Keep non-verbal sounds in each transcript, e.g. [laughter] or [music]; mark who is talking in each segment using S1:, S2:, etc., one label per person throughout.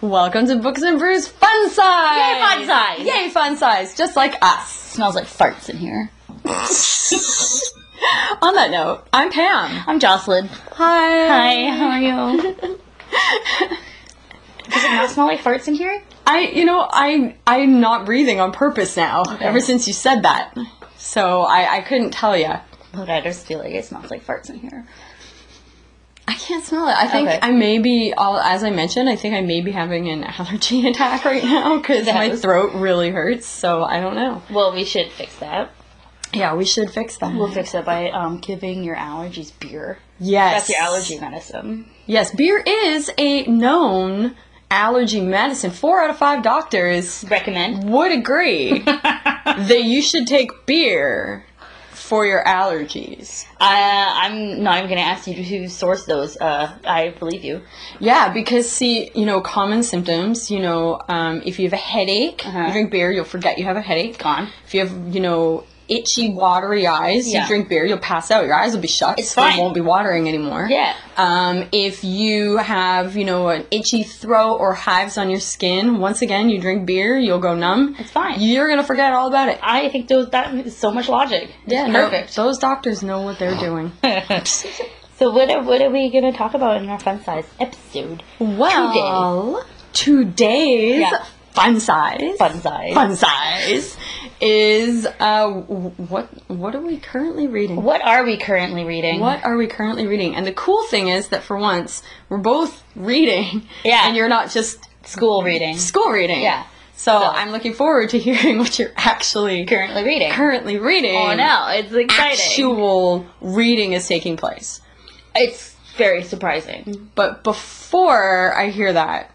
S1: Welcome to Books and Brews Fun Size!
S2: Yay, fun size!
S1: Yay, fun size! Just like us.
S2: Smells like farts in here.
S1: On that note, I'm Pam. Um,
S2: I'm Jocelyn.
S1: Hi.
S2: Hi, how are [laughs] you? Does it not smell like farts in here?
S1: I, you know, I, I'm not breathing on purpose now. Ever since you said that, so I, I couldn't tell you.
S2: But Oh, I just feel like it smells like farts in here.
S1: I can't smell it. I think
S2: Okay.
S1: I may be, all, as I mentioned, I think I may be having an [laughs] allergy attack right now because
S2: That
S1: my
S2: was-
S1: throat really hurts. So I don't know.
S2: Well, we should fix that.
S1: Yeah, we should fix that.
S2: We'll fix that by um, giving your allergies beer.
S1: yes,
S2: That's your allergy medicine.
S1: Yes, beer is a known allergy medicine. Four out of five doctors
S2: Recommend. Uh,
S1: would agree
S2: Mm-hmm. [laughs]
S1: that you should take beer for your allergies.
S2: I, I'm not even going to ask you who sourced those. Uh, I believe you.
S1: Yeah, because see, you know, common symptoms, you know, um, if you have a headache,
S2: Uh-huh.
S1: you drink beer, you'll forget you have a headache.
S2: Gone.
S1: If you have, you know, itchy, watery eyes,
S2: Yeah.
S1: you drink beer, you'll pass out. Your eyes will be shut.
S2: It's
S1: They
S2: fine.
S1: won't be watering anymore.
S2: Yeah.
S1: Um, if you have, you know, an itchy throat or hives on your skin, once again, you drink beer, you'll go numb.
S2: It's fine.
S1: You're going to forget all about it.
S2: I think those that is so much logic. It's
S1: no,
S2: perfect.
S1: those doctors know what they're
S2: [gasps]
S1: doing.
S2: So what are, what are we going to talk about in our fun size episode?
S1: Well, today's
S2: Yeah.
S1: fun size.
S2: Fun size.
S1: Fun size is uh, w- what? What are we currently reading?
S2: What are we currently reading?
S1: What are we currently reading? And the cool thing is that for once we're both reading.
S2: [laughs] Yeah.
S1: And you're not just
S2: school reading?
S1: school reading.
S2: Yeah.
S1: So,
S2: So-
S1: I'm looking forward to [laughs] hearing what you're actually
S2: Currently reading.
S1: currently reading.
S2: oh no, it's exciting.
S1: Actual reading is taking place.
S2: It's very surprising.
S1: But before I hear that,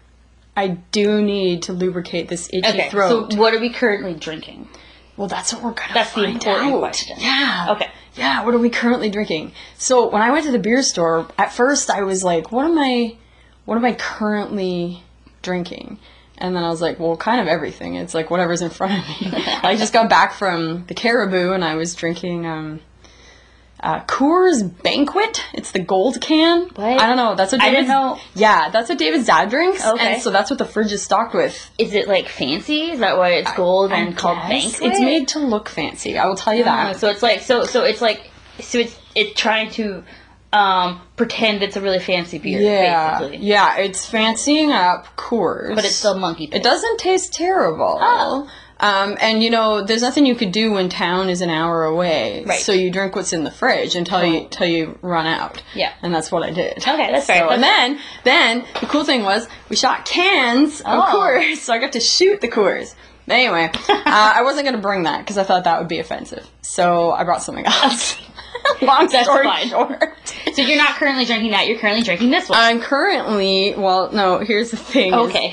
S1: I do need to lubricate this itchy
S2: Okay,
S1: throat.
S2: so what are we currently drinking?
S1: well, that's what we're gonna.
S2: That's the
S1: find
S2: important
S1: out.
S2: question.
S1: Yeah.
S2: Okay.
S1: Yeah. What are we currently drinking? So when I went to the beer store, at first I was like, "What am I? What am I currently drinking?" And then I was like, "Well, kind of everything. It's like whatever's in front of
S2: [laughs]
S1: me." I just got back from the Caribou, and I was drinking. um uh, Coors Banquet. It's the gold can.
S2: What?
S1: I don't know. That's what
S2: I
S1: David's,
S2: didn't know.
S1: Yeah, that's what David's dad drinks.
S2: Okay.
S1: And so that's what the fridge is stocked with.
S2: Is it like fancy? Is that why it's gold and called
S1: Yes,
S2: banquet?
S1: It's made to look fancy. I will tell you
S2: Uh,
S1: that.
S2: so it's like so so it's like so it's it's trying to um pretend it's a really fancy beer
S1: yeah,
S2: basically.
S1: yeah. It's fancying up Coors,
S2: But it's still monkey
S1: It
S2: piss.
S1: doesn't taste terrible.
S2: Oh.
S1: Um, and you know, there's nothing you could do when town is an hour away.
S2: Right.
S1: So you drink what's in the fridge until you until you run out.
S2: Yeah.
S1: And that's what I did.
S2: Okay, that's
S1: so,
S2: fair.
S1: And then then the cool thing was we shot cans of
S2: Oh.
S1: Coors, [laughs] so I got to shoot the Coors.
S2: [laughs]
S1: Anyway, uh, I wasn't gonna bring that because I thought that would be offensive. So I brought something else. [laughs] Long
S2: [laughs] That's
S1: story
S2: fine.
S1: short.
S2: So you're not currently drinking that, you're currently drinking this one.
S1: I'm currently well. No, here's the thing. is-
S2: okay.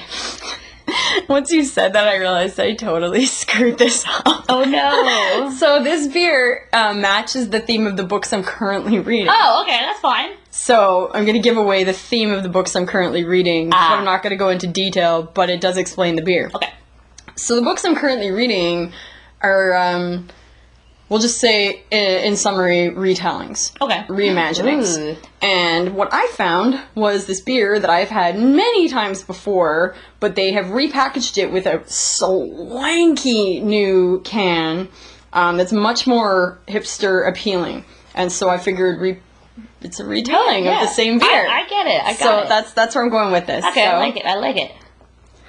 S1: Once you said that, I realized I totally [laughs] screwed this up.
S2: Oh no.
S1: [laughs] So this beer uh, matches the theme of the books I'm currently reading.
S2: oh, okay, that's fine.
S1: So I'm going to give away the theme of the books I'm currently reading. so
S2: Ah.
S1: I'm not going to go into detail, but it does explain the beer.
S2: Okay.
S1: So the books I'm currently reading are, um, we'll just say, in, in summary, retellings.
S2: Okay.
S1: reimaginings.
S2: Ooh.
S1: And what I found was this beer that I've had many times before, but they have repackaged it with a swanky new can um, that's much more hipster appealing. And so I figured re- it's a retelling
S2: Yeah.
S1: of the same beer.
S2: I, I get it. I got
S1: so
S2: it.
S1: that's that's where I'm going with this.
S2: okay.
S1: so.
S2: I like it. I like it.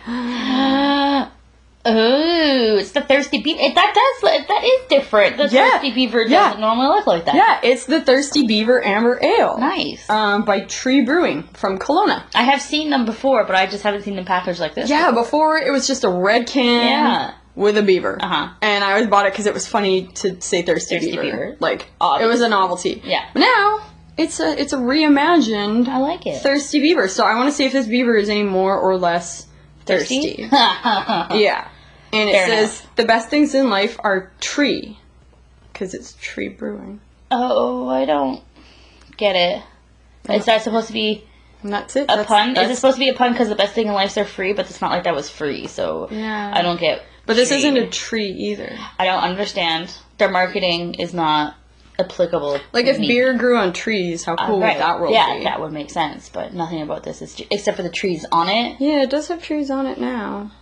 S2: [gasps] oh, it's the thirsty beef. It, that does. It, that is different. The
S1: Yeah.
S2: thirsty beaver doesn't
S1: Yeah.
S2: normally look like that.
S1: Yeah, it's the Thirsty Beaver Amber Ale.
S2: Nice.
S1: Um, by Tree Brewing from Kelowna.
S2: I have seen them before, but I just haven't seen them packaged like this.
S1: Yeah, before it was just a red can
S2: Yeah.
S1: with a beaver.
S2: Uh-huh.
S1: And I always bought it because it was funny to say thirsty,
S2: Thirsty
S1: beaver.
S2: beaver.
S1: Like it
S2: Obviously.
S1: was a novelty.
S2: Yeah.
S1: But now it's a it's a reimagined
S2: I like it.
S1: thirsty beaver. So I want to see if this beaver is any more or less thirsty. yeah. And it
S2: Fair
S1: says the best things in life are tree, because it's tree brewing.
S2: [laughs] oh, I don't get it. Is that supposed to be
S1: And that's it.
S2: a
S1: that's,
S2: pun?
S1: that's-
S2: is it supposed to be a pun because the best thing in life's are free? But it's not like that was free, so
S1: Yeah.
S2: I don't get.
S1: but this
S2: tree.
S1: isn't a tree either.
S2: I don't understand. Their marketing is not applicable.
S1: Like
S2: to
S1: if
S2: me.
S1: beer grew on trees, how cool
S2: Uh, Right.
S1: would that world
S2: yeah,
S1: be?
S2: that would make sense, but nothing about this is ju- except for the trees on it.
S1: Yeah, it does have trees on it now.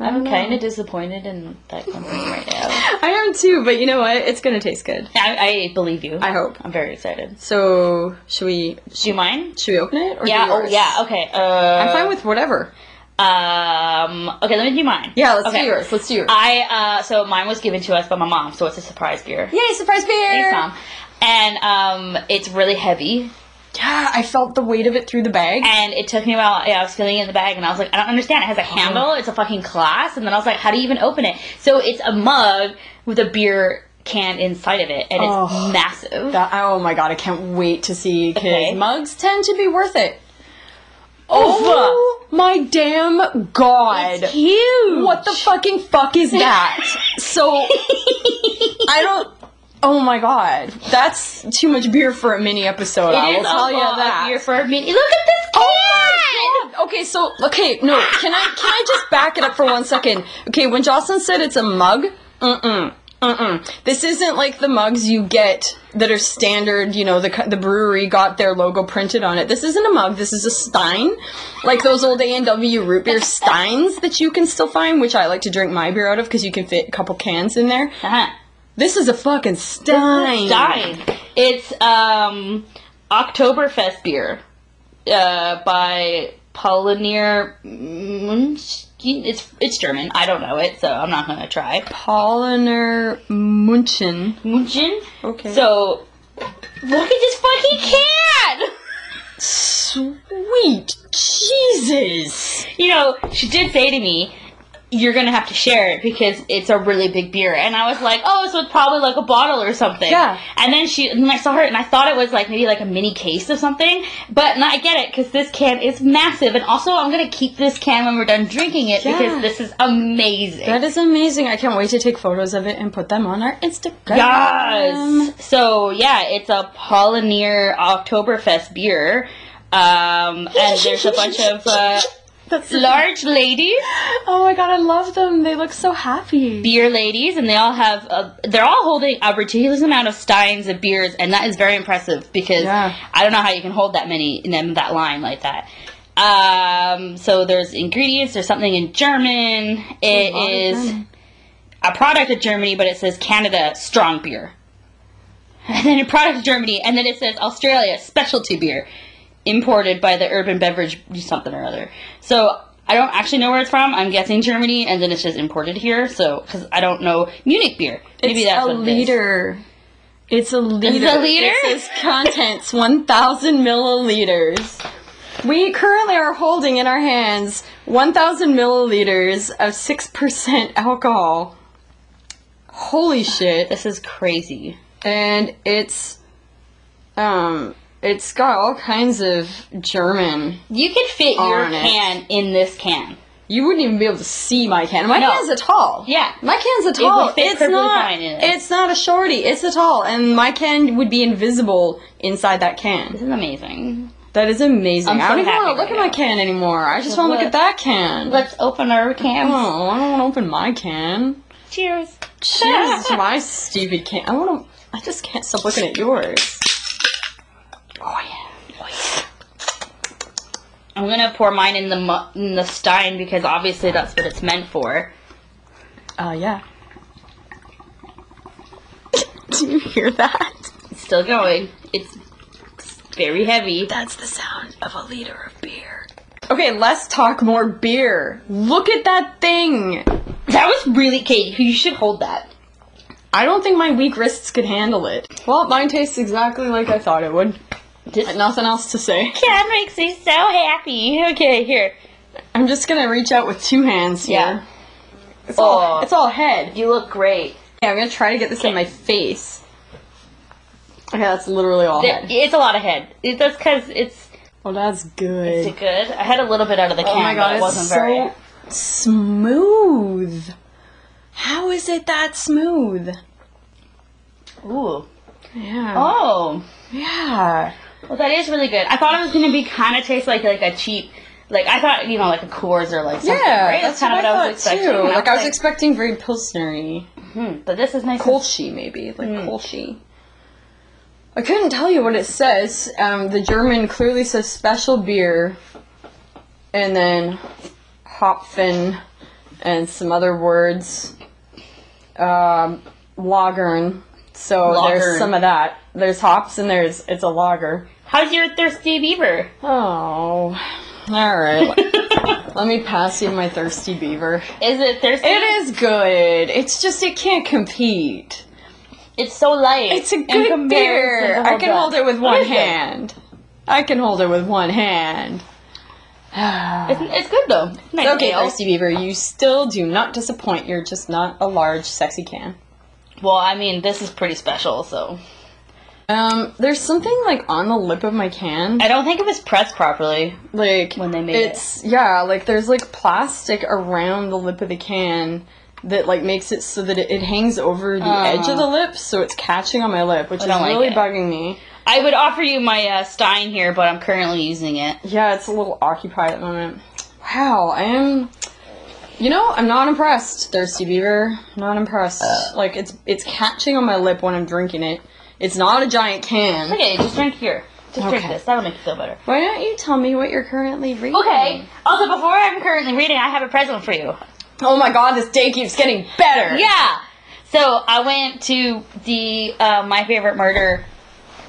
S1: I
S2: I'm
S1: don't
S2: kind
S1: know.
S2: of disappointed in that company right now.
S1: [laughs] I am too, but you know what? It's gonna taste good.
S2: I, I believe you.
S1: I hope.
S2: I'm very excited.
S1: So should we
S2: Do you mind?
S1: should we open it or
S2: Yeah.
S1: do
S2: Oh,
S1: yours?
S2: yeah. Okay. Uh,
S1: I'm fine with whatever.
S2: Um. Okay. Let me do mine.
S1: Yeah, let's
S2: okay.
S1: do yours. Let's do yours.
S2: I uh. So mine was given to us by my mom, so it's a surprise beer.
S1: Yay, surprise beer!
S2: Thanks, mom. And um, it's really heavy,
S1: Yeah, I felt the weight of it through the bag.
S2: and it took me a while. Yeah, I was feeling it in the bag, and I was like, I don't understand. It has a
S1: Uh-huh.
S2: handle. It's a fucking glass, and then I was like, how do you even open it? So it's a mug with a beer can inside of it, and it's
S1: Oh.
S2: massive.
S1: That- oh my god, I can't wait to see because
S2: Okay.
S1: mugs tend to be worth it.
S2: Oh.
S1: Oh my damn god!
S2: It's huge.
S1: What the
S2: [laughs]
S1: fucking fuck is that? so I don't. Oh my god, that's too much beer for a mini episode.
S2: It
S1: I will
S2: is
S1: tell
S2: a
S1: you
S2: lot of
S1: that.
S2: beer for a mini. Look at this can.
S1: Oh Okay, so okay, no, can I can I just back it up for one second? Okay, when Jocelyn said it's a mug, mm-mm, mm-mm. This isn't like the mugs you get that are standard. You know, the co- the brewery got their logo printed on it. This isn't a mug. This is a stein, like those old A and W root beer steins that you can still find, which I like to drink my beer out of because you can fit a couple cans in there.
S2: Uh-huh.
S1: This is a fucking stein.
S2: Dying. It's um Oktoberfest beer uh, by Polonier Munstein. It's it's German. I don't know it, so I'm not gonna try.
S1: Polliner Munchen.
S2: Munchen.
S1: Okay.
S2: So look at this fucking can.
S1: Sweet Jesus!
S2: You know, she did say to me. You're gonna have to share it because it's a really big beer, and I was like, "Oh, so it's probably like a bottle or something."
S1: Yeah.
S2: And then she, and I saw her, and I thought it was like maybe like a mini case of something. But no, I get it because this can is massive, and also I'm gonna keep this can when we're done drinking it because
S1: Yeah.
S2: this is amazing.
S1: That is amazing. I can't wait to take photos of it and put them on our Instagram.
S2: yes. So yeah, it's a Pollineer Oktoberfest beer, um, and there's a bunch of uh,
S1: That's
S2: large ladies,
S1: Oh my god, I love them. They look so happy.
S2: beer ladies, and they all have a, they're all holding a ridiculous amount of steins of beers, and that is very impressive because
S1: Yeah.
S2: I don't know how you can hold that many in them that line like that. Um, so there's ingredients. There's something in German. It
S1: a lot of
S2: is
S1: German.
S2: a product of Germany, but it says Canada strong beer. And then a product of Germany, and then it says Australia specialty beer, imported by the Urban Beverage something or other. So I don't actually know where it's from. I'm guessing Germany, and then it's just imported here. So because I don't know Munich beer, maybe
S1: it's
S2: that's
S1: a
S2: what it is.
S1: liter. It's a liter.
S2: liter?
S1: It says contents 1,000 milliliters. We currently are holding in our hands 1,000 milliliters of 6% alcohol. Holy shit.
S2: This is crazy.
S1: and it's um it's got all kinds of German.
S2: You could fit your
S1: Honest.
S2: can in this can.
S1: You wouldn't even be able to see my can. My
S2: No.
S1: can's a tall.
S2: Yeah.
S1: My can's a
S2: would
S1: tall.
S2: fit
S1: it's
S2: perfectly
S1: not.
S2: fine in it.
S1: It's not a shorty. It's a tall, and my can would be invisible inside that
S2: This
S1: can.
S2: is amazing.
S1: That is amazing.
S2: I'm
S1: I
S2: so
S1: don't even
S2: happy
S1: want to look
S2: right
S1: at my
S2: now.
S1: can anymore. I just want to look
S2: Look.
S1: at that can.
S2: Let's open our cans.
S1: oh, I don't want to open my can.
S2: [laughs] Cheers.
S1: Cheers to my stupid can. I want to. I just can't stop looking at yours.
S2: Oh yeah. I'm gonna pour mine in the mu- in the stein because obviously that's what it's meant for.
S1: Uh, yeah. [laughs] Do you hear that?
S2: It's still going. It's very heavy.
S1: That's the sound of a liter of beer. Okay, let's talk more beer. Look at that thing.
S2: That was really Kate. You should hold that.
S1: I don't think my weak wrists could handle it. Well, mine tastes exactly like I thought it would.
S2: This
S1: Nothing else to say.
S2: can makes me so happy. Okay, here.
S1: I'm just gonna reach out with two hands here.
S2: Yeah.
S1: It's all
S2: Aw.
S1: it's all head.
S2: You look great.
S1: Yeah, I'm gonna try to get this in my face. Okay, that's literally all
S2: There-
S1: head.
S2: it's a lot of head. It, that's because it's
S1: Oh, that's good.
S2: is it good. I had a little bit out of the can,
S1: Oh my god,
S2: but it
S1: it's
S2: wasn't
S1: so
S2: very.
S1: smooth. How is it that smooth?
S2: Ooh.
S1: Yeah.
S2: Oh.
S1: Yeah.
S2: Well, that is really good. I thought it was gonna be kind of taste like like a cheap, like I thought you know like a Coors or like something.
S1: Yeah,
S2: right?
S1: that's, kind
S2: kinda
S1: of what I was expecting.
S2: and
S1: Like I was expecting very pilsnery,
S2: hmm, but this is nice. and-
S1: Kolsche maybe, like
S2: Mm.
S1: Kolsche. I couldn't tell you what it says. Um, the German clearly says special beer, and then Hopfen, and some other words. Um, lagern. So
S2: Lagern.
S1: there's some of that. There's hops and there's it's a lager.
S2: How's your thirsty beaver? [laughs]
S1: Oh, all right. Let me pass you my thirsty beaver.
S2: Is it thirsty?
S1: It is good. It's just it can't compete.
S2: It's so light.
S1: It's a
S2: in
S1: good
S2: comparison
S1: beer.
S2: to
S1: I can
S2: Hoka.
S1: hold it with
S2: What
S1: one
S2: is it?
S1: hand. I can hold it with one [sighs] hand.
S2: It's, it's good though. Nice
S1: okay,
S2: ale.
S1: thirsty beaver, you still do not disappoint. You're just not a large, sexy can.
S2: Well, I mean, this is pretty special, so
S1: Um, there's something like on the lip of my can.
S2: I don't think it was pressed properly.
S1: like
S2: When they made it.
S1: it's yeah like there's like plastic around the lip of the can that like makes it so that it, it hangs over the edge of the lip so it's catching on my lip which is
S2: don't like
S1: really
S2: it.
S1: bugging me
S2: I would offer you my uh, Stein here, but I'm currently using it.
S1: yeah it's a little occupied at the moment wow i am you know i'm not impressed thirsty beaver not impressed
S2: Uh.
S1: like it's it's catching on my lip when i'm drinking it it's not a giant can
S2: Okay, just drink here. Just drink
S1: Okay.
S2: this. That'll make you feel better.
S1: why don't you tell me what you're currently reading
S2: Okay. Also, before I'm currently reading, I have a present for you.
S1: oh my god this day keeps getting better
S2: Yeah. So I went to the uh, My Favorite Murder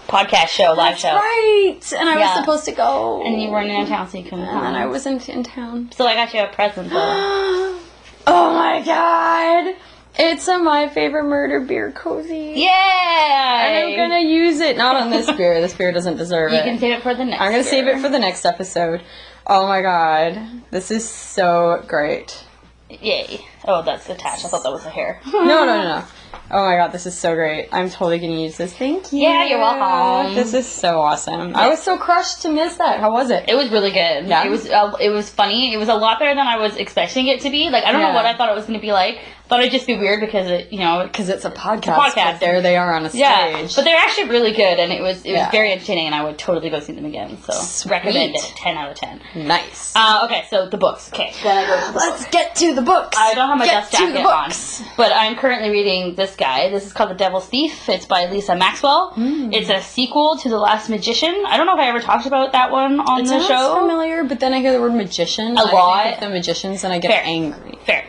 S2: podcast show, live
S1: That's
S2: show,
S1: right. And I
S2: Yeah.
S1: was supposed to go.
S2: and you weren't in town, so you couldn't
S1: And then I
S2: come.
S1: was in, in town.
S2: So I got you a present though.
S1: [gasps] oh my god! It's a my favorite murder beer cozy.
S2: Yay!
S1: And I'm gonna use it not on
S2: [laughs]
S1: this beer. this beer doesn't deserve
S2: You
S1: it.
S2: can save it for the next.
S1: I'm gonna save
S2: year.
S1: it for the next episode. Oh my god, this is so great.
S2: Yay! Oh, that's attached. I thought that was a hair.
S1: No, no, no,
S2: [laughs]
S1: no. Oh my god, this is so great. I'm totally gonna use this. Thank you.
S2: Yeah, you're welcome.
S1: This is so awesome. I was so crushed to miss that. How was it?
S2: It was really good.
S1: Yeah?
S2: It was uh, it was funny. It was a lot better than I was expecting it to be. Like I don't know
S1: Yeah.
S2: what I thought it was going to be like. Thought it'd just be weird because it, you know,
S1: Because it's a podcast.
S2: podcast.
S1: But there they are on a stage.
S2: yeah. But they're actually really good, and it was it was
S1: Yeah.
S2: very entertaining, and I would totally go see them again. So
S1: Sweet.
S2: recommend it. Ten out of ten.
S1: Nice.
S2: Uh, okay, so the books. Okay, then I go to the books.
S1: Let's get to the books.
S2: I don't have my
S1: get
S2: dust jacket on, but I'm currently reading this guy. This is called The Devil's Thief. It's by Lisa Maxwell. It's a sequel to The Last Magician. I don't know if I ever talked about that one on
S1: It
S2: the
S1: sounds
S2: show.
S1: familiar, but then I hear the word magician.
S2: A
S1: I
S2: lot.
S1: think of the magicians, and I get
S2: Fair.
S1: angry.
S2: Fair.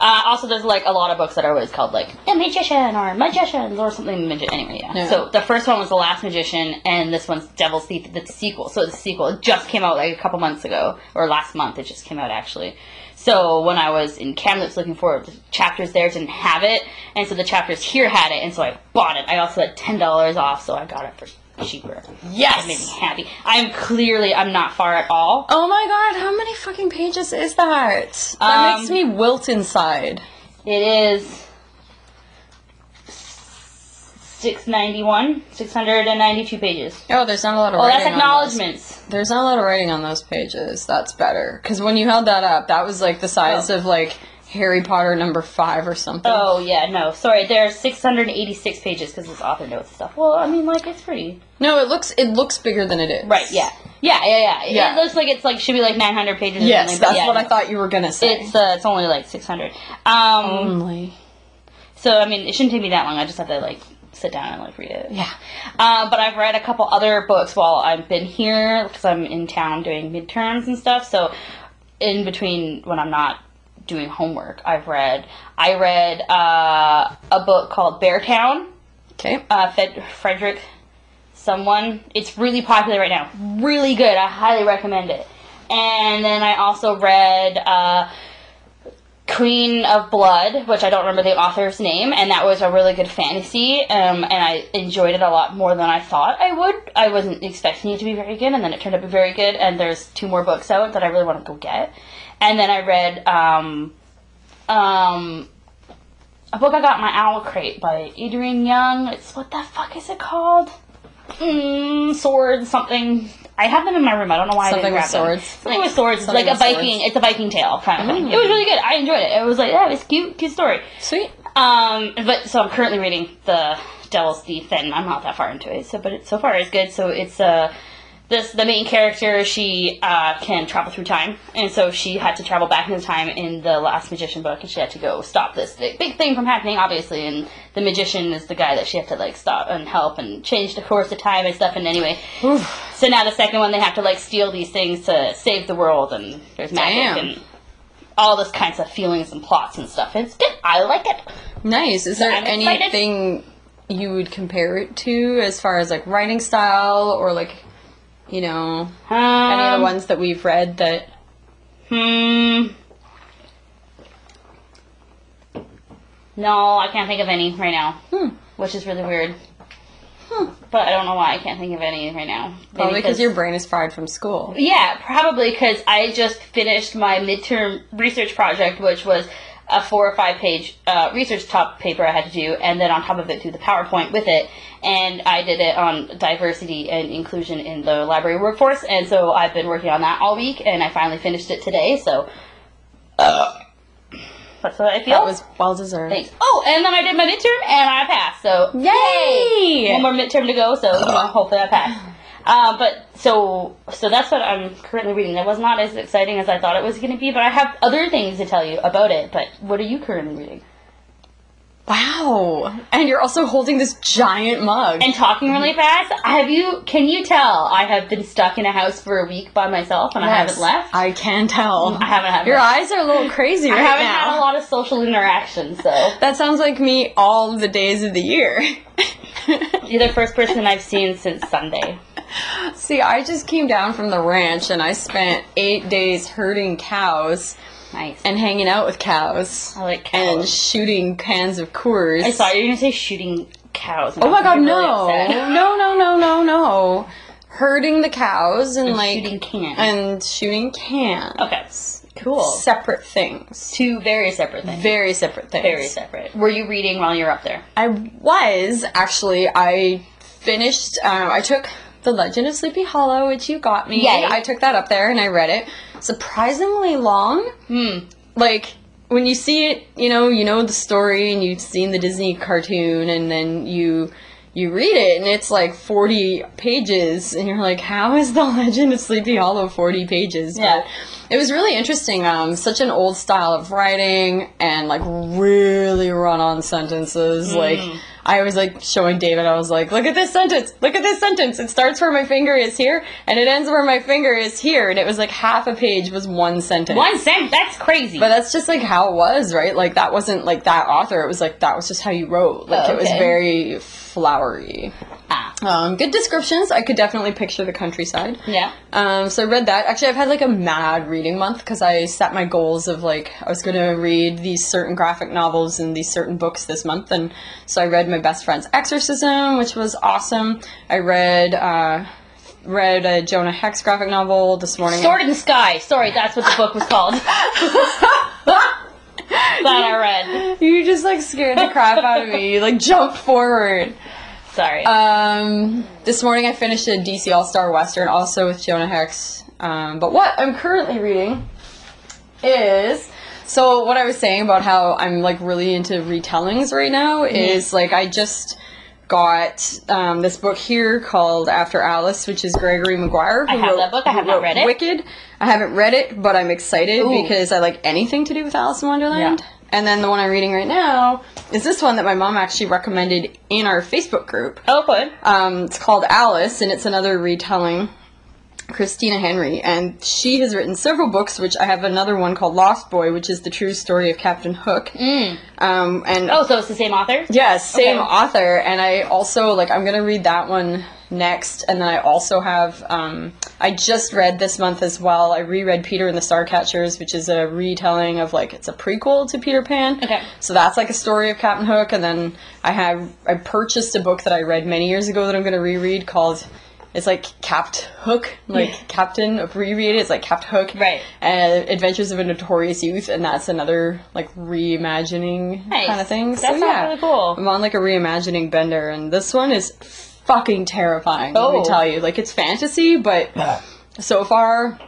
S2: Uh, also, there's like a lot of books that are always called like The Magician or Magicians or something. Magi- anyway, yeah.
S1: Yeah.
S2: So the first one was The Last Magician, and this one's Devil's Thief, the sequel. So it's a sequel. It just came out like a couple months ago, or last month. It just came out actually. So when I was in Kamloops looking for it, the chapters there didn't have it, and so the chapters here had it, and so I bought it. I also had ten dollars off, so I got it for cheaper. It made me
S1: Yes.
S2: happy. I'm clearly I'm not far at all.
S1: Oh my god, how many fucking pages is that? That
S2: Um,
S1: makes me wilt inside.
S2: It is six ninety one, six hundred and ninety two pages.
S1: Oh, there's not a lot of
S2: Oh,
S1: writing.
S2: that's
S1: On
S2: acknowledgements.
S1: those. There's not a lot of writing on those pages. That's better. Because when you held that up, that was like the size
S2: Oh.
S1: of like Harry Potter number five or something.
S2: Oh yeah, no, sorry. There are six hundred eighty six pages because it's author notes stuff. Well, I mean, like it's pretty.
S1: No, it looks it looks bigger than it is.
S2: Right? Yeah. Yeah, yeah, yeah. It-
S1: Yeah.
S2: It looks like it's like should be like nine hundred pages. or
S1: Yes,
S2: something, but
S1: that's
S2: yeah,
S1: what I
S2: no.
S1: thought you were gonna say.
S2: It's uh, it's only like six hundred. Um,
S1: only.
S2: so I mean, it shouldn't take me that long. I just have to like sit down and like read it.
S1: Yeah.
S2: Uh, but I've read a couple other books while I've been here because I'm in town doing midterms and stuff. So in between when I'm not doing homework, I've read I read uh, a book called Bear Town.
S1: Okay.
S2: Uh, Fed- Frederick, someone. It's really popular right now. Really good. I highly recommend it. And then I also read. Uh, Queen of Blood, which I don't remember the author's name, and that was a really good fantasy, um, and I enjoyed it a lot more than I thought I would. I wasn't expecting it to be very good, and then it turned out to be very good, and there's two more books out that I really want to go get. And then I read um, um, a book I got in my owl crate by Adrian Young. It's what the fuck is it called? Mm, swords, something. I have them in my room. I don't know why I
S1: Something
S2: didn't
S1: with
S2: grab them.
S1: swords.
S2: Something with swords. It's
S1: Something
S2: like a
S1: with swords.
S2: Viking. It's a Viking tale kind of thing. It was really good. I enjoyed it. It was like, yeah, it was cute, cute story.
S1: Sweet.
S2: Um, but so I'm currently reading The Devil's Thief, and I'm not that far into it. So, but it so far is good. So it's a this the main character she uh, can travel through time, and so she had to travel back in time in the last magician book, and she had to go stop this big, big thing from happening, obviously. And the magician is the guy that she had to like stop and help and change the course of time and stuff. And anyway, so now the second one they have to like steal these things to save the world, and there's magic
S1: Damn.
S2: and all this kinds of feelings and plots and stuff. It's good. I like it.
S1: Nice. Is there
S2: I'm excited.
S1: anything you would compare it to as far as like writing style or like, you know,
S2: Um,
S1: any of the ones that we've read that
S2: Hmm. No, I can't think of any right now,
S1: hmm,
S2: which is really weird.
S1: Hmm.
S2: But I don't know why I can't think of any right now. Maybe
S1: probably because your brain is fried from school.
S2: Yeah, probably because I just finished my midterm research project, which was a four or five page uh, research top paper I had to do, and then on top of it, do the PowerPoint with it. And I did it on diversity and inclusion in the library workforce, and so I've been working on that all week, and I finally finished it today, so. Uh, that's what I feel.
S1: That was well deserved.
S2: Thanks. Oh, and then I did my midterm and I passed. So
S1: Yay!
S2: one more midterm to go. So you know, hopefully I [sighs] pass. Uh, but so so that's what I'm currently reading. That was not as exciting as I thought it was going to be, but I have other things to tell you about it. But what are you currently reading?
S1: Wow. And you're also holding this giant mug.
S2: And talking really fast. Have you? Can you tell? I have been stuck in a house for a week by myself and I haven't
S1: Yes,
S2: left. Mm,
S1: I can tell.
S2: I haven't had.
S1: Your eyes are a little crazy
S2: I
S1: right
S2: haven't
S1: now.
S2: had a lot of social interaction, so [laughs]
S1: That sounds like me all the days of the year. [laughs]
S2: you're the first person I've seen since Sunday.
S1: See, I just came down from the ranch and I spent eight days herding cows
S2: Nice.
S1: and hanging out with cows
S2: I like cows.
S1: and shooting cans of Coors.
S2: Oh. I thought you were gonna say shooting cows.
S1: Oh my god, no. [laughs]
S2: Really
S1: no, no, no, no, no. Herding the cows and, like
S2: shooting cans.
S1: and shooting cans.
S2: okay, cool.
S1: Separate things.
S2: Two very separate things.
S1: Very separate things.
S2: Very separate. Were you reading while you were up there?
S1: I was actually. I finished. Um, I took the Legend of Sleepy Hollow, which you got me.
S2: Yay.
S1: I took that up there and I read it. Surprisingly long.
S2: Hmm.
S1: Like when you see it, you know, you know the story, and you've seen the Disney cartoon, and then you you read it, and it's like forty pages, and you're like, how is the Legend of Sleepy Hollow forty pages?
S2: Yeah.
S1: But it was really interesting. Um, such an old style of writing, and like really run-on sentences. Like I was like showing David, I was like, look at this sentence, look at this sentence. It starts where my finger is here, and it ends where my finger is here, and it was like half a page was one sentence.
S2: One cent. That's crazy.
S1: But that's just like how it was, right? Like that wasn't like that author. It was like that was just how you wrote. Like
S2: Oh,
S1: it was
S2: okay.
S1: very flowery.
S2: Ah,
S1: Um, good descriptions. I could definitely picture the countryside.
S2: yeah.
S1: Um, so I read that. Actually, I've had like a mad reading month because I set my goals of like I was going to read these certain graphic novels and these certain books this month, and so I read my best friend's Exorcism, which was awesome. I read uh, read a Jonah Hex graphic novel this morning.
S2: Sword in the Sky. Sorry, that's what the book was [laughs] called. that I read.
S1: [laughs] You just like scared the crap out of me. You like jumped forward.
S2: Sorry.
S1: Um, this morning I finished a DC All Star Western, also with Jonah Hex. Um, but what I'm currently reading is so what I was saying about how I'm like really into retellings right now
S2: Mm-hmm.
S1: is like I just got um, this book here called After Alice, which is Gregory Maguire.
S2: I have that book. I have not read it.
S1: Wicked. I haven't read it, but I'm excited
S2: Ooh.
S1: because I like anything to do with Alice in Wonderland.
S2: Yeah.
S1: And then the one I'm reading right now is this one that my mom actually recommended in our Facebook group.
S2: oh, good.
S1: Um, it's called Alice, and it's another retelling. Christina Henry, and she has written several books, which I have another one called Lost Boy, which is the true story of Captain Hook. Um, and
S2: Oh, so it's the same author.
S1: yeah, same
S2: Okay.
S1: author. And I also like I'm gonna read that one next, and then I also have um, I just read this month as well. I reread Peter and the Starcatchers, which is a retelling of like it's a prequel to Peter Pan.
S2: Okay.
S1: So that's like a story of Captain Hook, and then I have I purchased a book that I read many years ago that I'm gonna reread called. It's like Capt Hook, like Captain abbreviated. It's like Capt Hook,
S2: Right.
S1: Uh, Adventures of a Notorious Youth, and that's another like reimagining
S2: Nice.
S1: kind of thing. So,
S2: That sounds
S1: yeah.
S2: really cool.
S1: I'm on like a reimagining bender, and this one is fucking terrifying. Let
S2: Oh.
S1: me tell you, like it's fantasy, but so far,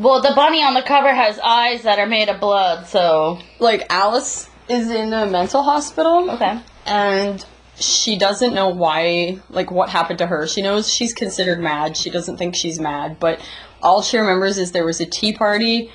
S2: Well, the bunny on the cover has eyes that are made of blood. So
S1: like Alice is in a mental hospital,
S2: okay.
S1: and she doesn't know why, like what happened to her. She knows she's considered mad. She doesn't think she's mad, but all she remembers is there was a tea party,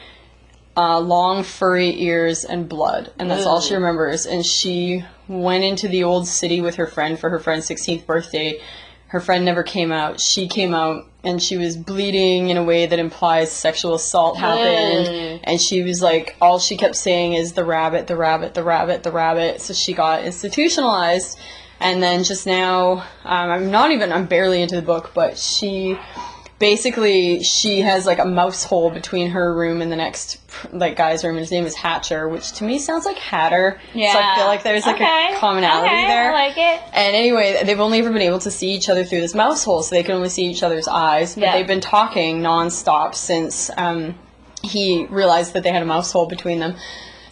S1: uh, long furry ears, and blood, and that's all she remembers. And she went into the old city with her friend for her friend's 16th birthday. Her friend never came out. She came out, and she was bleeding in a way that implies sexual assault happened. And she was like, all she kept saying is the rabbit, the rabbit, the rabbit, the rabbit. So she got institutionalized. And then just now, um, I'm not even, I'm barely into the book, but she basically she has like a mouse hole between her room and the next like guy's room. His name is Hatcher, which to me sounds like Hatter. So I feel like there's like
S2: Okay.
S1: a commonality
S2: Okay,
S1: there.
S2: I like it.
S1: And anyway, they've only ever been able to see each other through this mouse hole, so they can only see each other's eyes. But
S2: Yeah.
S1: they've been talking nonstop since um, he realized that they had a mouse hole between them.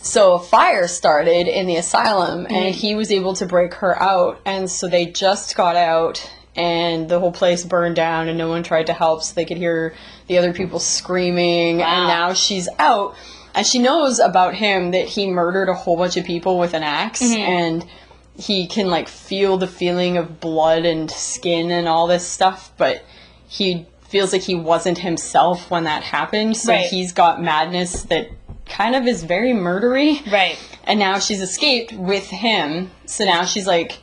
S1: So a fire started in the asylum,
S2: Mm-hmm.
S1: and he was able to break her out. And so they just got out, and the whole place burned down, and no one tried to help, so they could hear the other people screaming.
S2: Wow.
S1: And now she's out, and she knows about him that he murdered a whole bunch of people with an ax
S2: Mm-hmm.
S1: and he can like feel the feeling of blood and skin and all this stuff, but he feels like he wasn't himself when that happened. So
S2: Right.
S1: he's got madness that kind of is very murdery.
S2: Right.
S1: And now she's escaped with him. So now she's like,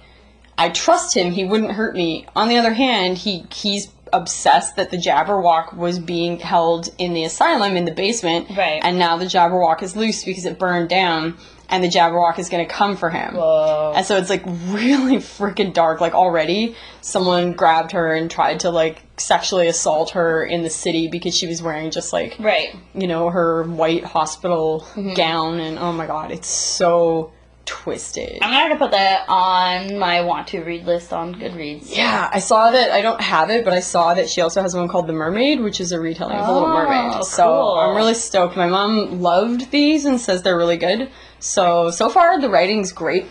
S1: I trust him. He wouldn't hurt me. On the other hand, he he's obsessed that the Jabberwock was being held in the asylum in the basement.
S2: Right.
S1: And now the Jabberwock is loose because it burned down, and the Jabberwock is going to come for him.
S2: Whoa.
S1: And so it's like really [laughs] freaking dark. Like already, someone grabbed her and tried to like sexually assault her in the city because she was wearing just like
S2: Right.
S1: you know her white hospital
S2: Mm-hmm.
S1: gown. And oh my god, it's so twisted.
S2: I'm gonna have to put that on my want to read list on Goodreads.
S1: Yeah, I saw that. I don't have it, but I saw that she also has one called The Mermaid, which is a retelling of The Little Mermaid.
S2: Oh,
S1: So
S2: cool.
S1: I'm really stoked. My mom loved these and says they're really good. So so far the writing's great.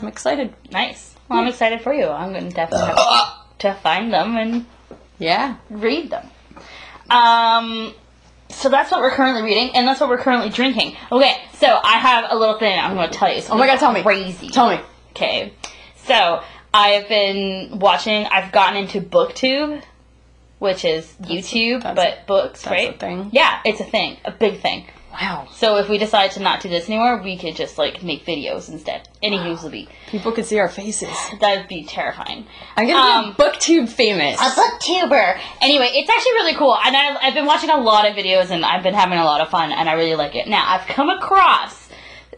S1: I'm excited.
S2: Nice. Well, I'm excited for you. I'm gonna definitely have to find them and
S1: Yeah.
S2: read them. Um, so that's what we're currently reading, and that's what we're currently drinking. Okay, so I have a little thing I'm gonna tell you.
S1: Oh my God, tell me.
S2: Crazy.
S1: Tell me.
S2: Okay, so I have been watching. I've gotten into BookTube, which is YouTube,
S1: that's
S2: but books,
S1: that's
S2: right?
S1: a thing.
S2: Yeah, it's a thing, a big thing.
S1: Wow.
S2: So if we decide to not do this anymore, we could just like make videos instead. Any use would be.
S1: People could see our faces.
S2: That'd be terrifying.
S1: I'm gonna
S2: Um,
S1: be BookTube famous.
S2: A booktuber. Anyway, it's actually really cool, and I've, I've been watching a lot of videos, and I've been having a lot of fun, and I really like it. Now, I've come across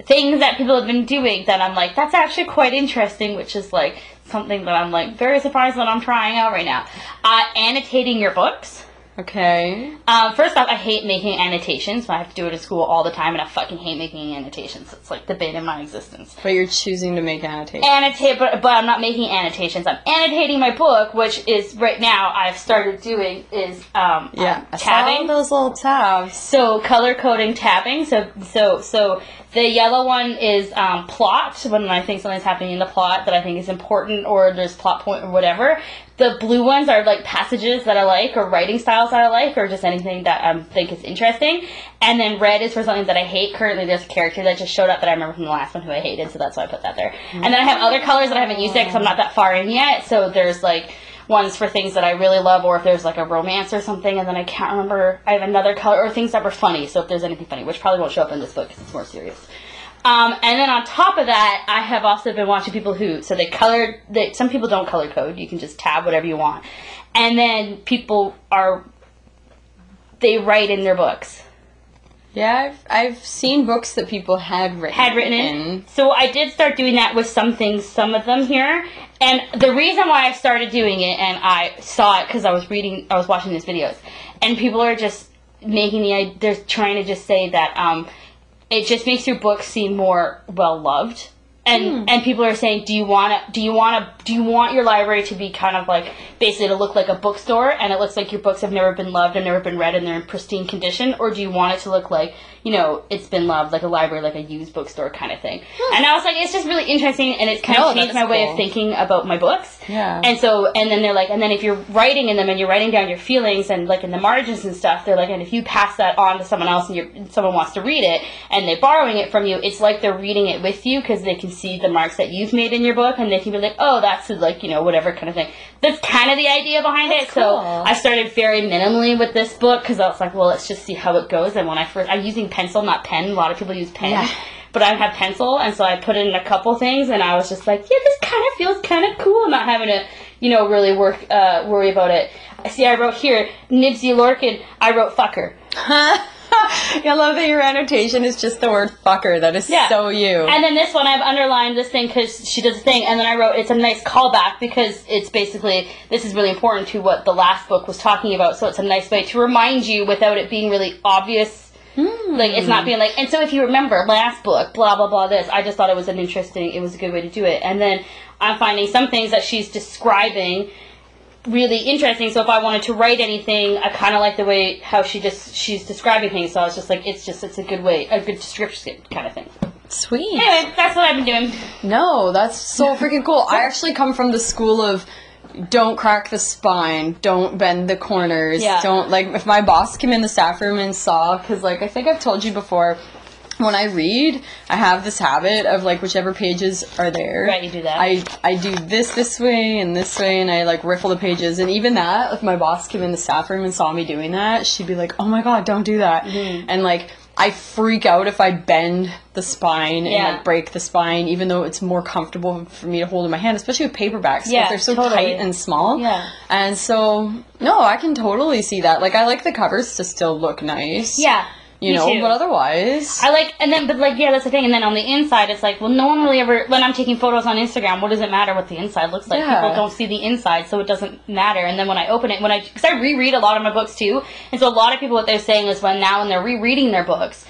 S2: things that people have been doing that I'm like, that's actually quite interesting, which is like something that I'm like very surprised that I'm trying out right now. Uh, annotating your books.
S1: okay.
S2: Um, first off, I hate making annotations. I have to do it at school all the time, and I fucking hate making annotations. It's like the bane of my existence
S1: But you're choosing to make annotations.
S2: annotate, but, but I'm not making annotations. I'm annotating my book, which is right now I've started doing is um,
S1: Yeah.
S2: um,
S1: I saw
S2: tabbing.
S1: those little tabs.
S2: so color coding tabbing. So so so the yellow one is um, plot when I think something's happening in the plot that I think is important or there's plot point or whatever. The blue ones are like passages that I like or writing styles that I like or just anything that I think is interesting. And then red is for something that I hate. Currently, there's a character that just showed up that I remember from the last one who I hated, so that's why I put that there. And then I have other colors that I haven't used yet because I'm not that far in yet. So there's like ones for things that I really love, or if there's like a romance or something, and then I can't remember. I have another color, or things that were funny. So if there's anything funny, which probably won't show up in this book because it's more serious. Um, and then on top of that, I have also been watching people who so they color. They, some people don't color code. You can just tab whatever you want, and then people are they write in their books.
S1: Yeah, I've, I've seen books that people had written.
S2: had written [laughs] in.
S1: Mm-hmm.
S2: So I did start doing that with some things, some of them here. And the reason why I started doing it, and I saw it because I was reading, I was watching these videos, and people are just making the, they're trying to just say that um, it just makes your book seem more well loved.
S1: Hmm.
S2: And, and people are saying, do you want to, do you want to, do you want your library to be kind of like, basically to look like a bookstore and it looks like your books have never been loved and never been read and they're in pristine condition? Or do you want it to look like, you know, it's been loved, like a library, like a used bookstore kind of thing? And I was like, it's just really interesting and it's kind
S1: Hmm. No,
S2: of changed my
S1: that's
S2: way of
S1: cool.
S2: thinking about my books.
S1: Yeah.
S2: And so, and then they're like, and then if you're writing in them and you're writing down your feelings and like in the margins and stuff, they're like, and if you pass that on to someone else and you're, and someone wants to read it and they're borrowing it from you, it's like they're reading it with you because they can see the marks that you've made in your book, and they can be like, oh, that's like you know whatever kind of thing. That's kind of the idea behind
S1: That's
S2: it. So
S1: cool.
S2: I started very minimally with this book because I was like, well, let's just see how it goes. And when I first, I'm using pencil, not pen. A lot of people use pen.
S1: Yeah.
S2: But I have pencil, and so I put in a couple things, and I was just like, "Yeah, this kind of feels kind of cool." Not having to, you know, really work uh, worry about it. I see. I wrote here Nibsy Lorcan. I wrote fucker.
S1: I love that your annotation is just the word fucker. That is
S2: Yeah.
S1: so you.
S2: And then this one, I've underlined this thing because she does a thing, and then I wrote it's a nice callback because it's basically this is really important to what the last book was talking about. So it's a nice way to remind you without it being really obvious. Like it's not being like, and so if you remember last book, blah blah blah. This I just thought it was an interesting, it was a good way to do it. And then I'm finding some things that she's describing really interesting. So if I wanted to write anything, I kind of like the way how she just she's describing things. So I was just like, it's just it's a good way, a good description kind of thing.
S1: Sweet.
S2: Anyway, that's what I've been doing.
S1: No, that's so freaking cool. I actually come from the school of don't crack the spine, don't bend the corners,
S2: Yeah.
S1: don't like if my boss came in the staff room and saw cuz like I think I've told you before when I read, I have this habit of like whichever pages are there.
S2: Right, you do that.
S1: I I do this this way and this way and I like riffle the pages and even that if my boss came in the staff room and saw me doing that, she'd be like, "Oh my god, don't do that."
S2: Mm-hmm.
S1: And like I freak out if I bend the spine
S2: Yeah.
S1: and like break the spine, even though it's more comfortable for me to hold in my hand, especially with paperbacks. 'cause
S2: Yeah,
S1: they're so
S2: totally.
S1: tight and small.
S2: Yeah.
S1: And so, no, I can totally see that. Like, I like the covers to still look nice.
S2: Yeah.
S1: You
S2: me
S1: know,
S2: too.
S1: but otherwise,
S2: I like, and then, but like, yeah, that's the thing. And then on the inside, it's like, well, no one really ever, when I'm taking photos on Instagram, what does it matter what the inside looks like?
S1: Yeah.
S2: People don't see the inside, so it doesn't matter. And then when I open it, when I, because I reread a lot of my books too. And so a lot of people, what they're saying is when now when they're rereading their books,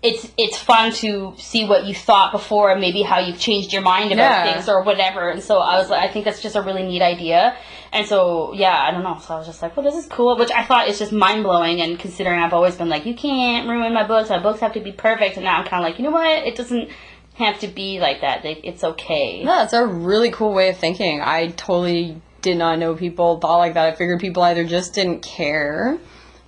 S2: it's it's fun to see what you thought before and maybe how you've changed your mind about
S1: Yeah.
S2: things or whatever. And so I was like, I think that's just a really neat idea. And so yeah, I don't know. So I was just like, well, this is cool, which I thought is just mind blowing. And considering I've always been like, you can't ruin my books. My books have to be perfect. And now I'm kind of like, you know what? It doesn't have to be like that. They, it's okay.
S1: yeah, it's a really cool way of thinking. I totally did not know people thought like that. I figured people either just didn't care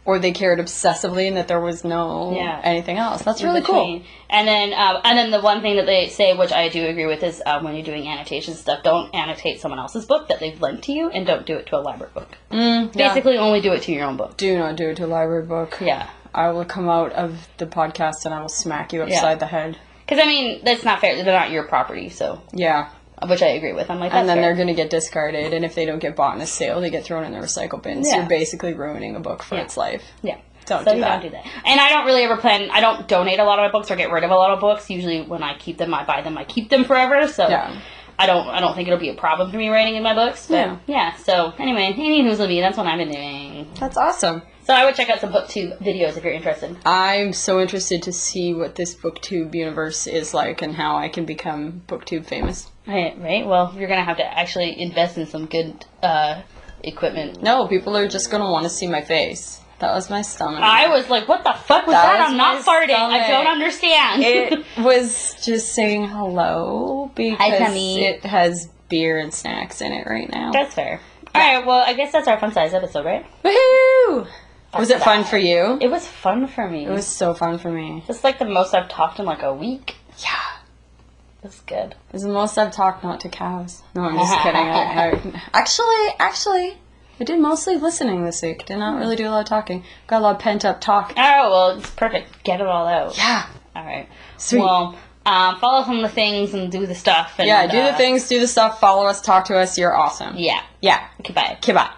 S1: or they cared obsessively and that there was no
S2: Yeah.
S1: anything else. That's
S2: in
S1: really cool.
S2: between. And then, um, and then the one thing that they say, which I do agree with, is um, when you're doing annotation stuff, don't annotate someone else's book that they've lent to you, and don't do it to a library book.
S1: Mm, yeah.
S2: Basically, only do it to your own book.
S1: do not do it to a library book.
S2: Yeah.
S1: I will come out of the podcast and I will smack you upside the head.
S2: Because I mean, that's not fair. They're not your property, so
S1: Yeah.
S2: which I agree with. I'm like, that's
S1: and then
S2: fair.
S1: they're going to get discarded, and if they don't get bought in a sale, they get thrown in the recycle bin. So
S2: Yeah.
S1: you're basically ruining a book for
S2: Yeah.
S1: its life.
S2: yeah.
S1: Don't
S2: so
S1: do
S2: you
S1: that.
S2: don't do that. And I don't really ever plan. I don't donate a lot of my books or get rid of a lot of books. Usually, when I keep them, I buy them. I keep them forever. So.
S1: Yeah.
S2: I don't. I don't think it'll be a problem for me writing in my books. But
S1: Yeah.
S2: yeah. So anyway, anywho's with me. That's what I've been doing.
S1: That's awesome.
S2: So I would check out some booktube videos if you're interested.
S1: I'm so interested to see what this booktube universe is like and how I can become booktube famous.
S2: Right, right. Well, you're gonna have to actually invest in some good uh, equipment.
S1: No, people are just going to want to see my face. That was my stomach.
S2: I was like, what the fuck was
S1: That
S2: that?
S1: was
S2: I'm not
S1: my
S2: farting. I don't
S1: stomach.
S2: understand.
S1: it was just saying hello because
S2: tummy.
S1: it has beer and snacks in it right now.
S2: [laughs] that's fair. All right. Well, I guess that's our fun size episode, right?
S1: Woohoo! Was it
S2: that.
S1: fun for you?
S2: It was fun for me.
S1: It was so fun for me.
S2: just like the most I've talked in like a week.
S1: Yeah.
S2: It was good.
S1: It was the most I've talked not to cows. No, I'm
S2: [laughs]
S1: just kidding. I, I, actually, actually, I did mostly listening this week. Did not really do a lot of talking. Got a lot of pent up talk.
S2: Oh well, it's perfect. Get it all out.
S1: Yeah.
S2: All right.
S1: Sweet.
S2: Well, um, follow us on the things and do the stuff. And,
S1: Yeah, do the
S2: uh,
S1: things, do the stuff, follow us, talk to us. You're awesome.
S2: Yeah.
S1: Yeah.
S2: Okay. Bye.
S1: Okay, bye.